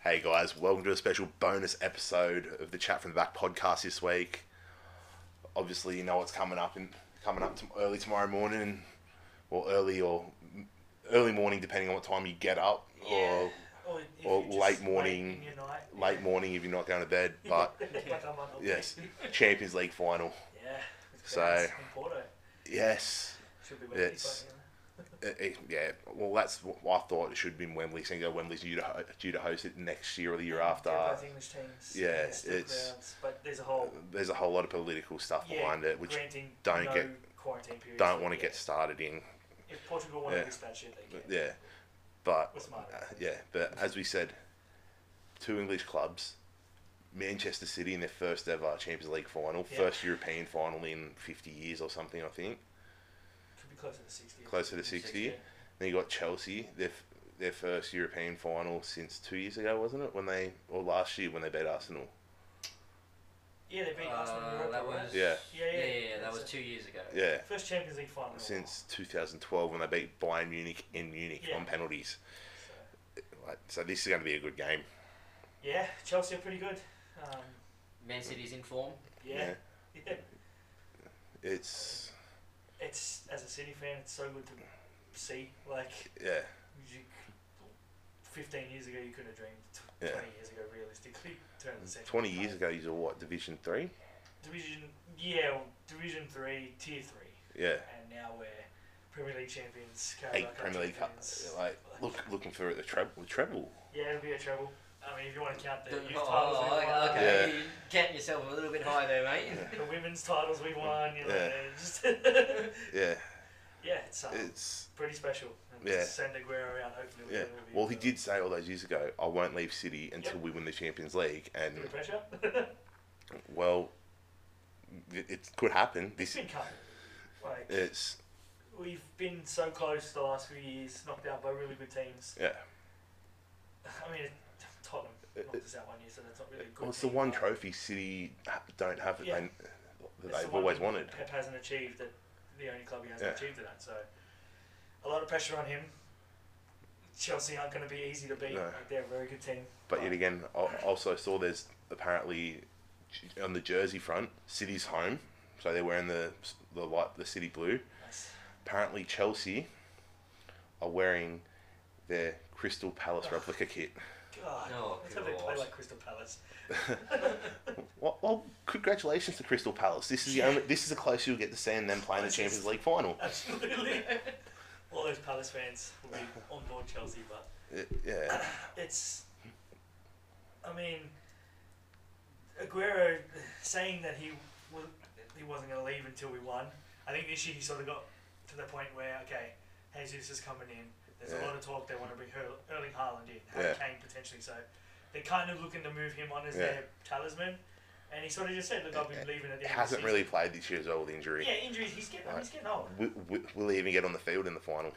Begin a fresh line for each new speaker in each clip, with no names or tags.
Hey guys, welcome to a special bonus episode of the Chat from the Back podcast this week. Obviously, you know what's coming up and coming up to, early tomorrow morning, and or early or early morning, depending on what time you get up, or
or, if
or
you just
late
wait
morning-
in your night.
late morning if you're not going to bed. But
Like I'm on holiday.
yes, Champions League final.
Yeah. it's
So-
great. In Porto.
Yes,
Should be Wednesday,
It's-
but, yeah.
It- it- yeah. Well, that's what I thought it should be in Wembley. Seeing that Wembley's due to ho- due to host it next year or the year after.
Yeah, both English teams.
yeah,
they're still
it's-
grounds, but there's a whole
There's a whole lot of political stuff
yeah,
behind it, which
granting
don't
no
get-
quarantine periods.
don't want to
yeah.
get started in.
If Portugal wanted
yeah.
this bad shit, they can.
Yeah, but
We're smart.
uh, yeah, but as we said, two English clubs, Manchester City in their first ever Champions League final,
Yeah.
first European final in fifty years or something, I think.
Could be closer to sixty.
Closer to 60. Then you got Chelsea, their f- their first European final since two years ago, wasn't it? When they or last year when they beat Arsenal.
Yeah, they beat Arsenal in
Uh,
Europa.
that
right?
was
Yeah.
Yeah,
yeah,
yeah,
yeah, that
that's
was
it.
two years ago.
Yeah.
First Champions League final.
Since 2012, when they beat Bayern Munich in Munich
Yeah.
on penalties,
So,
Like, so this is going to be a good game.
yeah, Chelsea are pretty good. Um,
Man City's in form.
yeah. yeah.
it's
It's as a City fan, it's so good to see. Like
yeah,
you, fifteen years ago, you couldn't have dreamed. Tw-
Yeah.
Twenty years ago, realistically, turn the second.
20
time.
years ago, you were what Division Three?
Division, yeah, well, Division Three, Tier Three,
Yeah.
and now we're Premier League champions. Carabao
eight
Cup
Premier League
champions.
cups. Like look, looking for the treble. Treble.
Yeah, it'll be a treble. I mean, if you want to count the
The-
youth titles
oh,
we won,
okay. You're Getting yourself a little bit high there, mate.
the women's titles we won, you know,
Yeah.
just
Yeah,
yeah, it's um,
it's
pretty special. And
Yeah.
Send Aguero around. Hopefully, we
yeah.
will be
Well, he did say all those years ago, "I won't leave City until
Yep.
we win the Champions League," and
Under pressure.
well, it, it could happen.
it's
This
been coming. Like
it's
we've been so close the last few years, knocked out by really good teams.
yeah.
I mean, Tottenham knocked us out one year, so that's not really a good.
Uh, Well, it's the
team,
one
but
trophy City ha- don't have that
Yeah.
they, that
it's the
they've
one
always
thing
wanted.
Pep hasn't achieved that. The only club he hasn't
Yeah.
achieved that. So a lot of pressure on him. Chelsea aren't going to be easy to beat.
No.
Like, they're a very good team. Oh,
But yet again, I also saw there's apparently on the jersey front, City's home, so they're wearing the the light the city blue.
Nice.
apparently Chelsea are wearing their Crystal Palace replica kit.
God,
Oh,
that's how they play
God.
like Crystal Palace.
Well, well, congratulations to Crystal Palace. This is the only, this is the closest you'll get to seeing them play in the Champions League final.
Absolutely. All those Palace fans will be on board Chelsea, but
Uh, yeah,
it's I mean Aguero saying that he was, he wasn't going to leave until we won. I think this year he sort of got to the point where okay, Jesus is coming in. There's
Yeah.
a lot of talk they want to bring Hurl- Erling Haaland in, Harry
Yeah.
Kane potentially. So they're kind of looking to move him on as
Yeah.
their talisman. And he sort of just said, "Look, I'll be
It-
leaving at
it
the end." of the
hasn't really played this year as well with
season."
injury.
Yeah, injuries. He's getting he's getting old.
W- w- will he even get on the field in the final?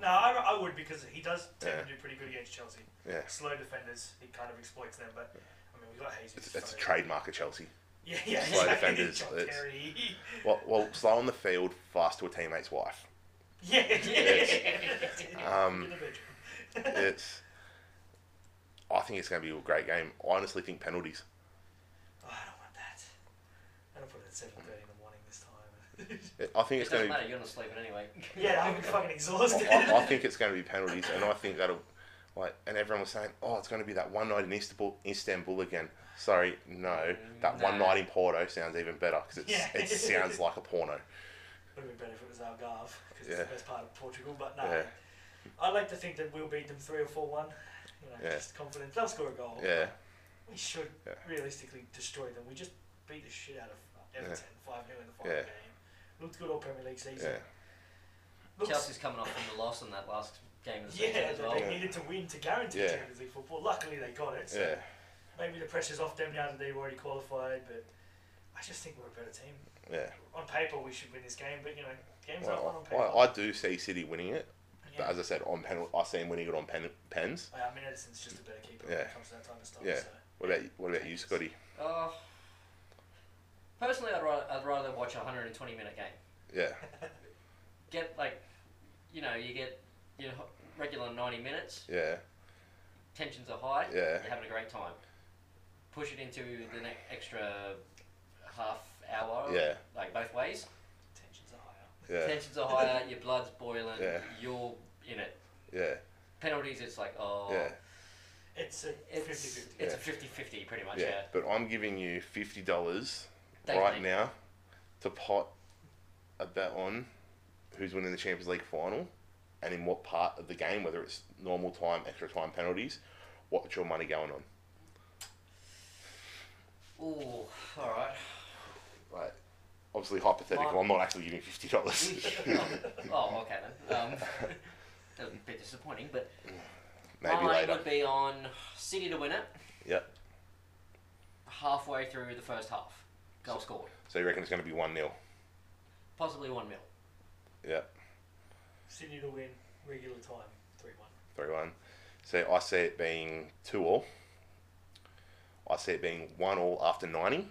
No, I, I would because he does tend to
Yeah.
do pretty good against Chelsea.
Yeah,
slow defenders, he kind of exploits them. But I mean, we got Jesus.
it's, that's a
so-
trademark of Chelsea.
Yeah, yeah.
Slow
exactly,
defenders,
John
it's-
Terry.
Well, well, slow on the field, fast to a teammate's wife.
Yeah, yeah.
It's-
yeah.
um,
Get a bit-
It's. I think it's going to be a great game. I honestly think penalties.
Oh, I don't want that. I don't put it at seven thirty in the morning this time.
I think
It
it's going
doesn't
to.
matter. You're not sleeping anyway.
yeah, I'm fucking exhausted.
I, I- I think it's going to be penalties, and I think that'll like. And everyone was saying, "Oh, it's going to be that one night in Istanbul, Istanbul again." Sorry, no, that one
No.
night in Porto sounds even better because
Yeah.
it sounds like a porno.
Would have been better if it was Algarve because
Yeah.
it's the best part of Portugal. But no,
Yeah.
I like to think that we'll beat them three or four one. You know,
Yeah.
just confidence. They'll score a goal.
Yeah,
We should
Yeah.
realistically destroy them. We just beat the shit out of Everton 5 0 in the final
Yeah.
game. Looked good all Premier League season.
yeah,
Looks-
Chelsea's coming off from the loss in that last game of the season
yeah,
as
they
well.
they needed to win to guarantee
Yeah.
Champions League football. Luckily, they got it. So
yeah.
Maybe the pressure's off them now that they've already qualified, but I just think we're a better team.
yeah.
On paper, we should win this game, but you know, games aren't won on
Well,
paper.
I, I do see City winning it,
yeah.
but as I said, on penalty, I see him winning it on pen, pens.
I mean, Edison's just a better keeper when
Yeah.
it comes to that type of stuff.
Yeah.
So.
What about you- what about you, Scotty?
Oh. personally, I'd rather, I'd rather watch a 120 minute game.
Yeah,
Get like, you know, you get your ho- regular 90 minutes,
Yeah,
tensions are high,
Yeah.
you're having a great time. Push it into the next extra half hour,
yeah,
like both ways,
Tensions are higher.
yeah,
tensions are higher, your blood's boiling,
Yeah.
you're in it.
yeah,
Penalties, it's like, oh,
yeah.
It's a
it's,
50-50.
it's
Yeah.
a 50 50 pretty much, yeah.
Yeah, but I'm giving you fifty dollars
Thank
right
you.
now to pot a bet on who's winning the Champions League final and in what part of the game, whether it's normal time, extra time, penalties. What's your money going on?
Ooh, alright.
Like, obviously hypothetical. I'm not actually giving fifty dollars.
oh, okay then. Um, that was a bit disappointing, but
Maybe
mine
later.
would be on City to win it
Yep.
halfway through the first half. Goal scored.
So you reckon it's going to be one 0
Possibly 1 mil.
Yep.
Sydney to win regular time, 3 1.
Three one. So I see it being two all. I see it being one all after ninety.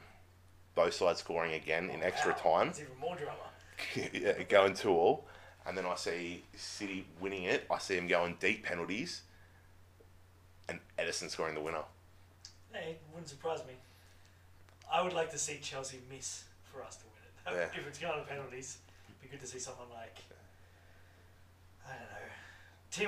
Both sides scoring again
Oh,
in extra time.
It's even more drama.
yeah, going two all, and then I see City winning it. I see him going deep penalties, and Edison scoring the winner.
Hey, it wouldn't surprise me. I would like to see Chelsea miss for us to win it. That would- If it's going to penalties, it'd be good to see someone like, I don't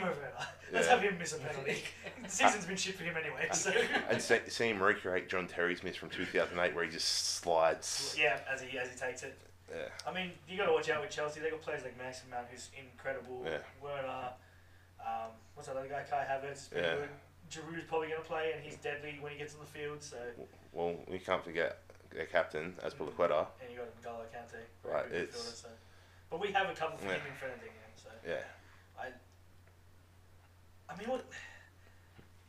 know, Timo Werner. Let's
Yeah.
have him miss a penalty. the season's been shit for him anyway, so.
And see, see him recreate John Terry's miss from two thousand eight, where he just slides.
yeah, as he, as he takes it.
Yeah,
I mean, you got to watch out with Chelsea. They got players like Max Mount, who's incredible.
Yeah.
Werner, um, what's that other guy? Kai Havertz. is pretty
Yeah.
good. Giroud's probably going to play, and he's deadly when he gets on the field. So,
Well, we can't forget their captain as Pulaqueta.
and you got N'Golo Kante, very
Right,
good midfielder,
it's-
so. But we have a couple for
Yeah.
him in front of him, so.
Yeah,
I mean, what?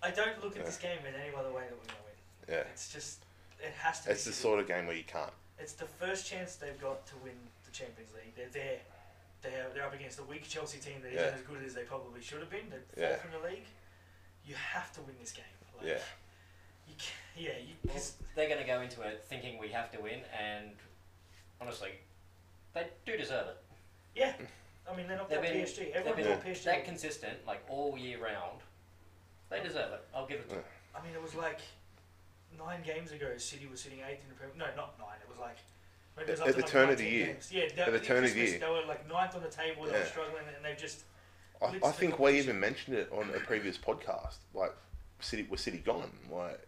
I don't look at this game in any other way that we're going to win.
yeah.
It's just, it has to.
It's
be
the
City.
sort of game where you can't.
It's the first chance they've got to win the Champions League. They're there. They're, they're up against a weak Chelsea team that isn't
Yeah.
as good as they probably should have been. They're
Yeah.
fourth in the league. You have to win this game. Like,
Yeah,
You ca yeah. You,
Well,
'cause-
they're going to go into it thinking we have to win, and honestly, they do deserve it.
yeah. I mean, they're not
They've
that
been-
PSG.
They've
Everyone
been
Yeah.
thought PSG.
that consistent, like all year round. They deserve it. I'll give it to them.
I mean, it was like nine games ago. City was sitting eighth in the Premier. No, not nine. It was like. maybe it was
At-
up
at
to
the
like
turn of the
19
year.
games. Yeah, that,
At the turn of the
Christmas,
year.
They were like ninth on the table. They
Yeah.
were struggling, and they've just
I, I think we even mentioned it on a previous podcast. Like, City, was City gone? Like,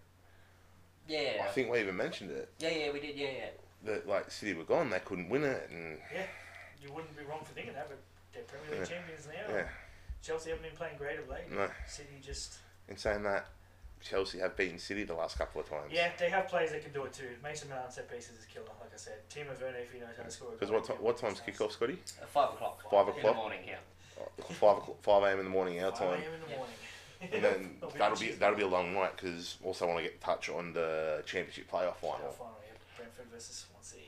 Yeah.
I think we even mentioned it
yeah, yeah, we did. Yeah, yeah.
that like City were gone, they couldn't win it, and
you wouldn't be wrong for thinking that, but they're Premier League champions now.
yeah,
Chelsea haven't been playing great of late.
no.
City just
In saying that, Chelsea have beaten City the last couple of times.
yeah, they have players that can do it too. Mason Mount set pieces is killer, like I said. Timo Werner, if he knows how to score. a
Because
goal,
what, ti
he'll
what
do
time's
things.
kickoff, Scotty?
At five o'clock.
Five
in the
o'clock?
morning here.
Uh, Five o'clock, five a.m. in the morning our
5
time,
a.m. in the
Yeah.
morning.
and then
It'll be
that'll
on
be
Tuesday.
that'll be a long night because also want to get touch on the Championship playoff
Our
final.
final, yeah. Brentford versus Swansea.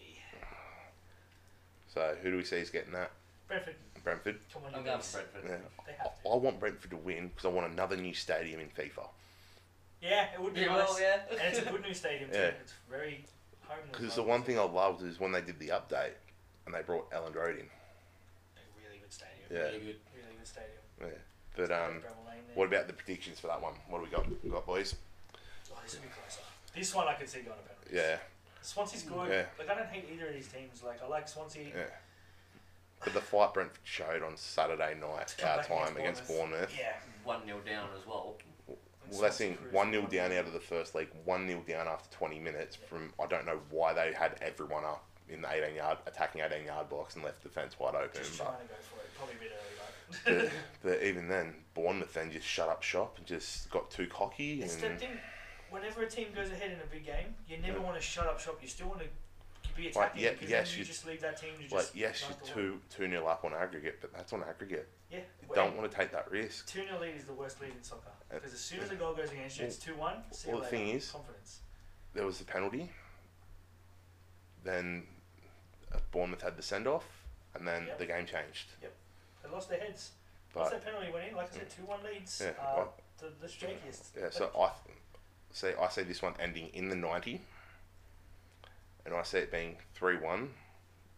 So who do we see is getting that?
Brentford,
Brentford.
come on,
I'm
you
going
guys.
for Brentford.
Yeah.
They
I,
have to.
I want Brentford to win because I want another new stadium in FIFA.
Yeah, it would be
Yeah,
nice.
well, yeah.
And it's a good new stadium too.
Yeah.
It's very homely.
Because the one thing I loved is when they did the update and they brought Ellen Road in.
A really good stadium.
Yeah.
Really good.
Really good stadium.
Yeah. But um,
Bramall Lane there.
what about the predictions for that one? What do we got? Got boys?
Oh, this would be closer. This one I could see going to penalties.
Yeah.
Swansea's good.
Yeah.
Like I don't hate either of these teams. Like I like Swansea.
Yeah. But the fight Brentford showed on Saturday night,
Come
our
back
time against Bournemouth.
Yeah.
One 0 down as well.
Well, that's in 1 0 down out of the first leg, 1 0 down after 20 minutes from, I don't know why they had everyone up in the 18 yard, attacking 18 yard box and left the fence wide open.
Just trying
But,
to go for it. Probably a bit early,
but,
right?
but even then, Bournemouth then just shut up shop and just got too cocky.
it's the
And
thing. Whenever a team goes ahead in a big game, you never
Yeah.
want to shut up shop. You still want to be attacking.
yeah,
because
yes,
then you,
you-
just leave that team to
like,
just.
yes,
knock the
you're
one.
2 2 0 up on aggregate, but that's on aggregate.
Yeah.
You don't want to take that risk.
Two 0 lead is the worst lead in soccer
Uh,
because as soon as a goal goes against you, it's two one. See
well,
you
the
later.
thing is-
confidence.
There was the penalty, then uh, Bournemouth had the send off, and then
Yep.
the game changed.
They lost their heads. Once
But
that penalty went in, like I said, two one leads.
Yeah,
uh,
well-
the, the streakiest.
Yeah, so I th- say I say this one ending in the ninety, and I say it being three one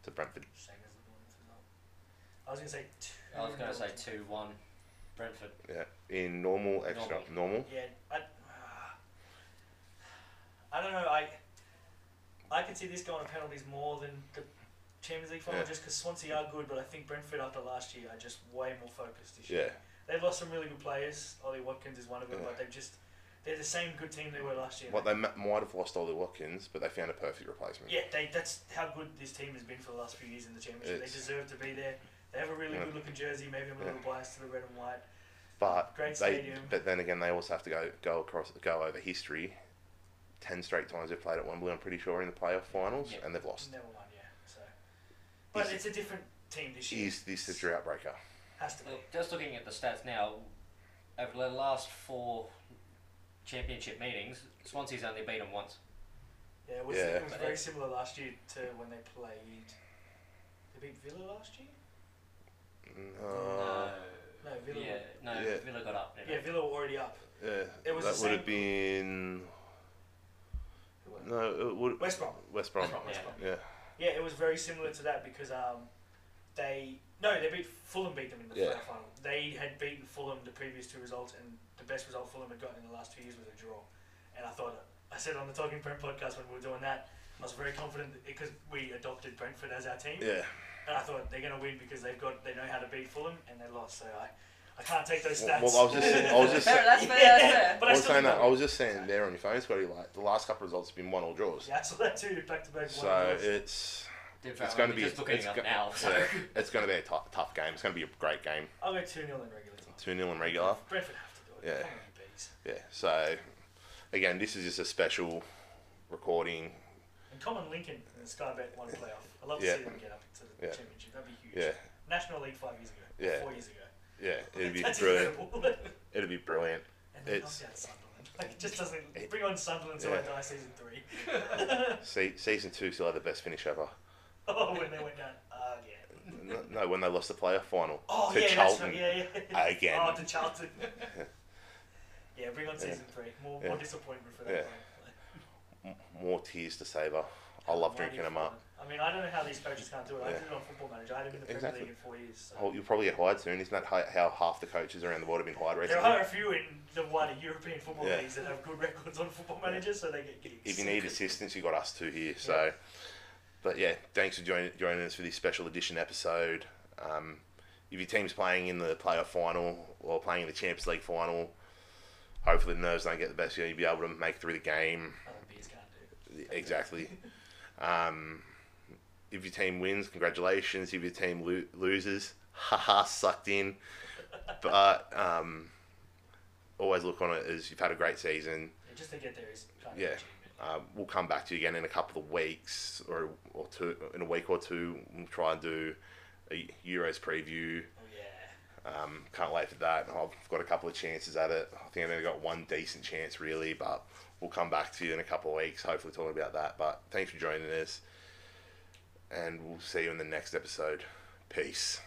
to Brentford.
Shame there's the Bournemouth result. I was gonna say two.
I was going to say two one. Brentford.
Yeah, in normal extra normal.
Yeah, I, I don't know. I I can see this going to penalties more than the Champions League final
Yeah.
just 'cause just because Swansea are good, but I think Brentford after last year are just way more focused this year.
Yeah,
They've lost some really good players. Ollie Watkins is one of them,
Yeah.
but they've just they're the same good team they were last year.
well, they m- might have lost Ollie Watkins, but they found a perfect replacement.
Yeah, they, that's how good this team has been for the last few years in the championship.
It's-
they deserve to be there. They have a really
Yeah.
good looking jersey. Maybe I'm a
Yeah.
little biased to the red and white.
But
Great
they,
stadium.
but then again, they also have to go go across go over history. Ten straight times they've played at Wembley. I'm pretty sure in the playoff finals,
Yeah.
and they've lost.
Never won, yeah. So, but
Is-
it's a different team this year.
Is this a drought breaker?
Has to be.
Look, just looking at the stats now, over the last four championship meetings, Swansea's only beat them once.
Yeah, it was,
Yeah.
it was very similar last year to when they played. They beat Villa last year.
No.
No, Villa.
Yeah, no,
Uh, Yeah.
Villa got up. didn't
Yeah,
it?
Villa were already up.
Yeah,
It
that
was the
would
same-
have been
Who were they?
no. It would
West Brom.
West Brom.
West Brom, West Brom.
Yeah,
Yeah, it was very similar to that because um, they no, they beat Fulham beat them in the
Yeah.
yeah. final. They had beaten Fulham the previous two results, and the best result Fulham had gotten in the last two years was a draw. And I thought I said on the Talking Brent podcast when we were doing that, I was very confident because we adopted Brentford as our team,
yeah.
and I thought they're gonna win because they've got they know how to beat Fulham, and they lost. So I, I can't take those
Well-
stats.
well, I was just saying- I was just
Fair, that's fair, that's fair.
but
I
I
was
still
saying that.
think
I was just saying there on your phone, Scotty. Like the last couple of results have been one all draws.
Yeah, I saw that too, back to back.
So it's
Did
it's
Villa-
going to
I'm
be
just looking
it's
it up
go-
now. So.
yeah, it's going to be a tou- tough game. It's going to be a great game.
I'll go 2 0 in regular time.
Two 0 in regular.
Brentford have to do it.
Yeah.
Come on, you bees.
Yeah. So again, this is just a special recording.
And Common Lincoln in the Sky Bet one playoff. I'd love to
Yeah.
see them get up to the
Yeah.
championship. That'd be huge.
Yeah.
National League five years ago.
Yeah.
Four years ago.
Yeah. It'd be
That's
brilliant.
incredible.
It'd be brilliant.
and they
It's-
knocked out Sunderland. Like it just doesn't
It-
bring on Sunderland till I
Yeah.
die season three.
Se- season two still had the best finish ever.
oh, when they went down again.
No, no, when they lost the playoff final
Oh
to
yeah,
Charlton.
that's right. Yeah, yeah.
again.
Oh, to Charlton. yeah, bring on
Yeah.
season three. More,
Yeah.
more disappointment for that.
Yeah.
club.
M- more tears to savour. I love drinking them up.
I mean, I don't know how these coaches can't do it. I
Yeah.
did it on Football Manager. I did it in the Premier
Exactly.
League in four years. So.
Oh, you'll probably get hired soon. Isn't that how, how half the coaches around the world have been hired
There
recently?
are a few in the wider European football
Yeah.
leagues that have good records on football managers, so they get gigs.
If you need assistance, you got us two here. So, but yeah, thanks for joining joining us for this special edition episode. Um, if your team's playing in the playoff final or playing in the Champions League final, hopefully the nerves don't get the best. of You you'll be able to make it through the game
Other beers can't do.
exactly. Um, if your team wins, congratulations. If your team lo- loses, haha, sucked in. But um, always look on it as you've had a great season.
Yeah, Just to get there is kind of
Yeah.
an achievement.
Um, we'll come back to you again in a couple of weeks or or two in a week or two. We'll try and do a Euros preview.
Oh yeah.
Um, can't wait for that. I've got a couple of chances at it. I think I've only got one decent chance really, but we'll come back to you in a couple of weeks, hopefully talking about that. But thanks for joining us, and we'll see you in the next episode. Peace.